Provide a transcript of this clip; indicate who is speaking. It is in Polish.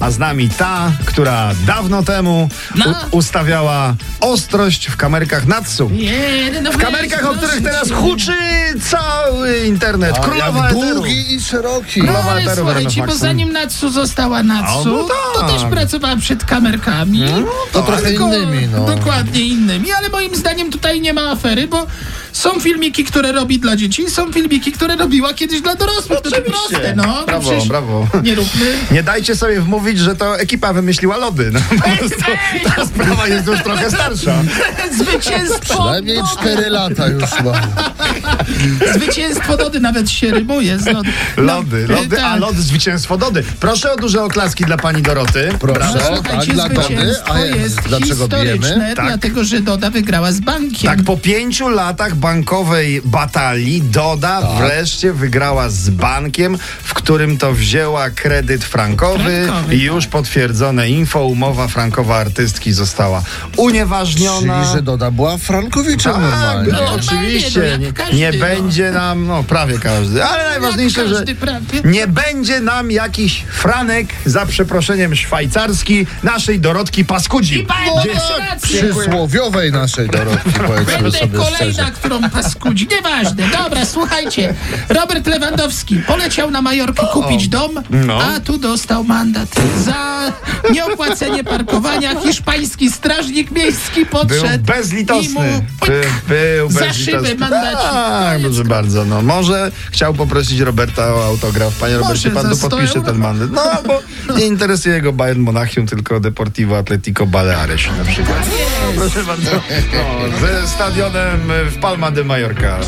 Speaker 1: a z nami ta, która dawno temu
Speaker 2: No.
Speaker 1: u- ustawiała ostrość w kamerkach Natsu.
Speaker 2: Nie, no
Speaker 1: W kamerkach, o których teraz huczy cały internet.
Speaker 3: A
Speaker 1: Królowa
Speaker 3: jak
Speaker 1: eteru.
Speaker 3: długi i szeroki.
Speaker 1: No.
Speaker 2: Ale
Speaker 1: Eteru RMF
Speaker 2: słuchajcie,
Speaker 1: Maxa.
Speaker 2: bo zanim Natsu została Natsu,
Speaker 1: A, no tak. No,
Speaker 2: to też pracowała przed kamerkami.
Speaker 3: to trochę
Speaker 2: tylko-
Speaker 3: innymi, no.
Speaker 2: Dokładnie innymi, ale moim zdaniem tutaj nie ma afery, bo są filmiki, które robi dla dzieci, są filmiki, które robiła kiedyś dla dorosłych. No to
Speaker 1: Oczywiście.
Speaker 2: proste, no. No
Speaker 1: Brawo,
Speaker 2: przecież
Speaker 1: brawo.
Speaker 2: Nie róbmy.
Speaker 1: Nie dajcie sobie wmówić, że to ekipa wymyśliła lody. No, po prostu ta sprawa jest już trochę starsza.
Speaker 2: No, Zwycięstwo,
Speaker 3: Najmniej 4 lata już ma.
Speaker 2: zwycięstwo Dody nawet się rymuje z Lody. No,
Speaker 1: Lody,
Speaker 2: e,
Speaker 1: lody, a
Speaker 2: tak.
Speaker 1: lody zwycięstwo Dody. Proszę o duże oklaski dla pani Doroty.
Speaker 3: Proszę,
Speaker 2: No,
Speaker 3: tak,
Speaker 2: słuchajcie,
Speaker 3: dla Dody,
Speaker 2: zwycięstwo
Speaker 3: a
Speaker 2: jest
Speaker 3: dlaczego bijemy?
Speaker 2: historyczne,
Speaker 1: Tak.
Speaker 2: dlatego że Doda wygrała z bankiem.
Speaker 1: Tak, po pięciu latach bankowej batalii Doda
Speaker 2: Tak.
Speaker 1: wreszcie wygrała z bankiem, w którym to wzięła kredyt frankowy.
Speaker 2: Frankowy, tak.
Speaker 1: I już potwierdzone info, umowa frankowa artystki została unieważniona.
Speaker 3: Czyli, że Doda była Frankowiczem
Speaker 1: tak,
Speaker 3: normalnie.
Speaker 1: no,
Speaker 2: no,
Speaker 1: oczywiście,
Speaker 2: jak
Speaker 1: nie,
Speaker 2: każdy,
Speaker 1: nie
Speaker 2: no.
Speaker 1: będzie nam, no prawie każdy, ale najważniejsze, że
Speaker 2: każdy, prawie.
Speaker 1: nie będzie nam jakiś franek za przeproszeniem szwajcarski naszej Dorotki Paskudzi.
Speaker 2: I pani
Speaker 1: Dzień-
Speaker 2: rację.
Speaker 3: Przysłowiowej naszej Dorotki, powiedzmy
Speaker 2: Będę
Speaker 3: sobie szczerze.
Speaker 2: kolejna, którą paskudzi. Nieważne. Dobra, słuchajcie. Robert Lewandowski poleciał na Majorkę kupić dom,
Speaker 1: No.
Speaker 2: a tu dostał mandat za nieopłacenie parkowania. Hiszpański strażnik miejski
Speaker 1: Był
Speaker 2: podszedł i mu
Speaker 1: bezlitosny. By, był
Speaker 2: Za
Speaker 1: bezlitosny.
Speaker 2: szybę mandacik.
Speaker 1: Tak, proszę bardzo. No, może chciał poprosić Roberta o autograf. Panie
Speaker 2: Może
Speaker 1: Robercie, pan tu
Speaker 2: za 100
Speaker 1: podpisze
Speaker 2: euro?
Speaker 1: ten mandat. No, bo nie interesuje go Bayern Monachium, tylko Deportivo Atletico Baleares na przykład. Proszę bardzo. No, ze stadionem w Palma de Mallorca.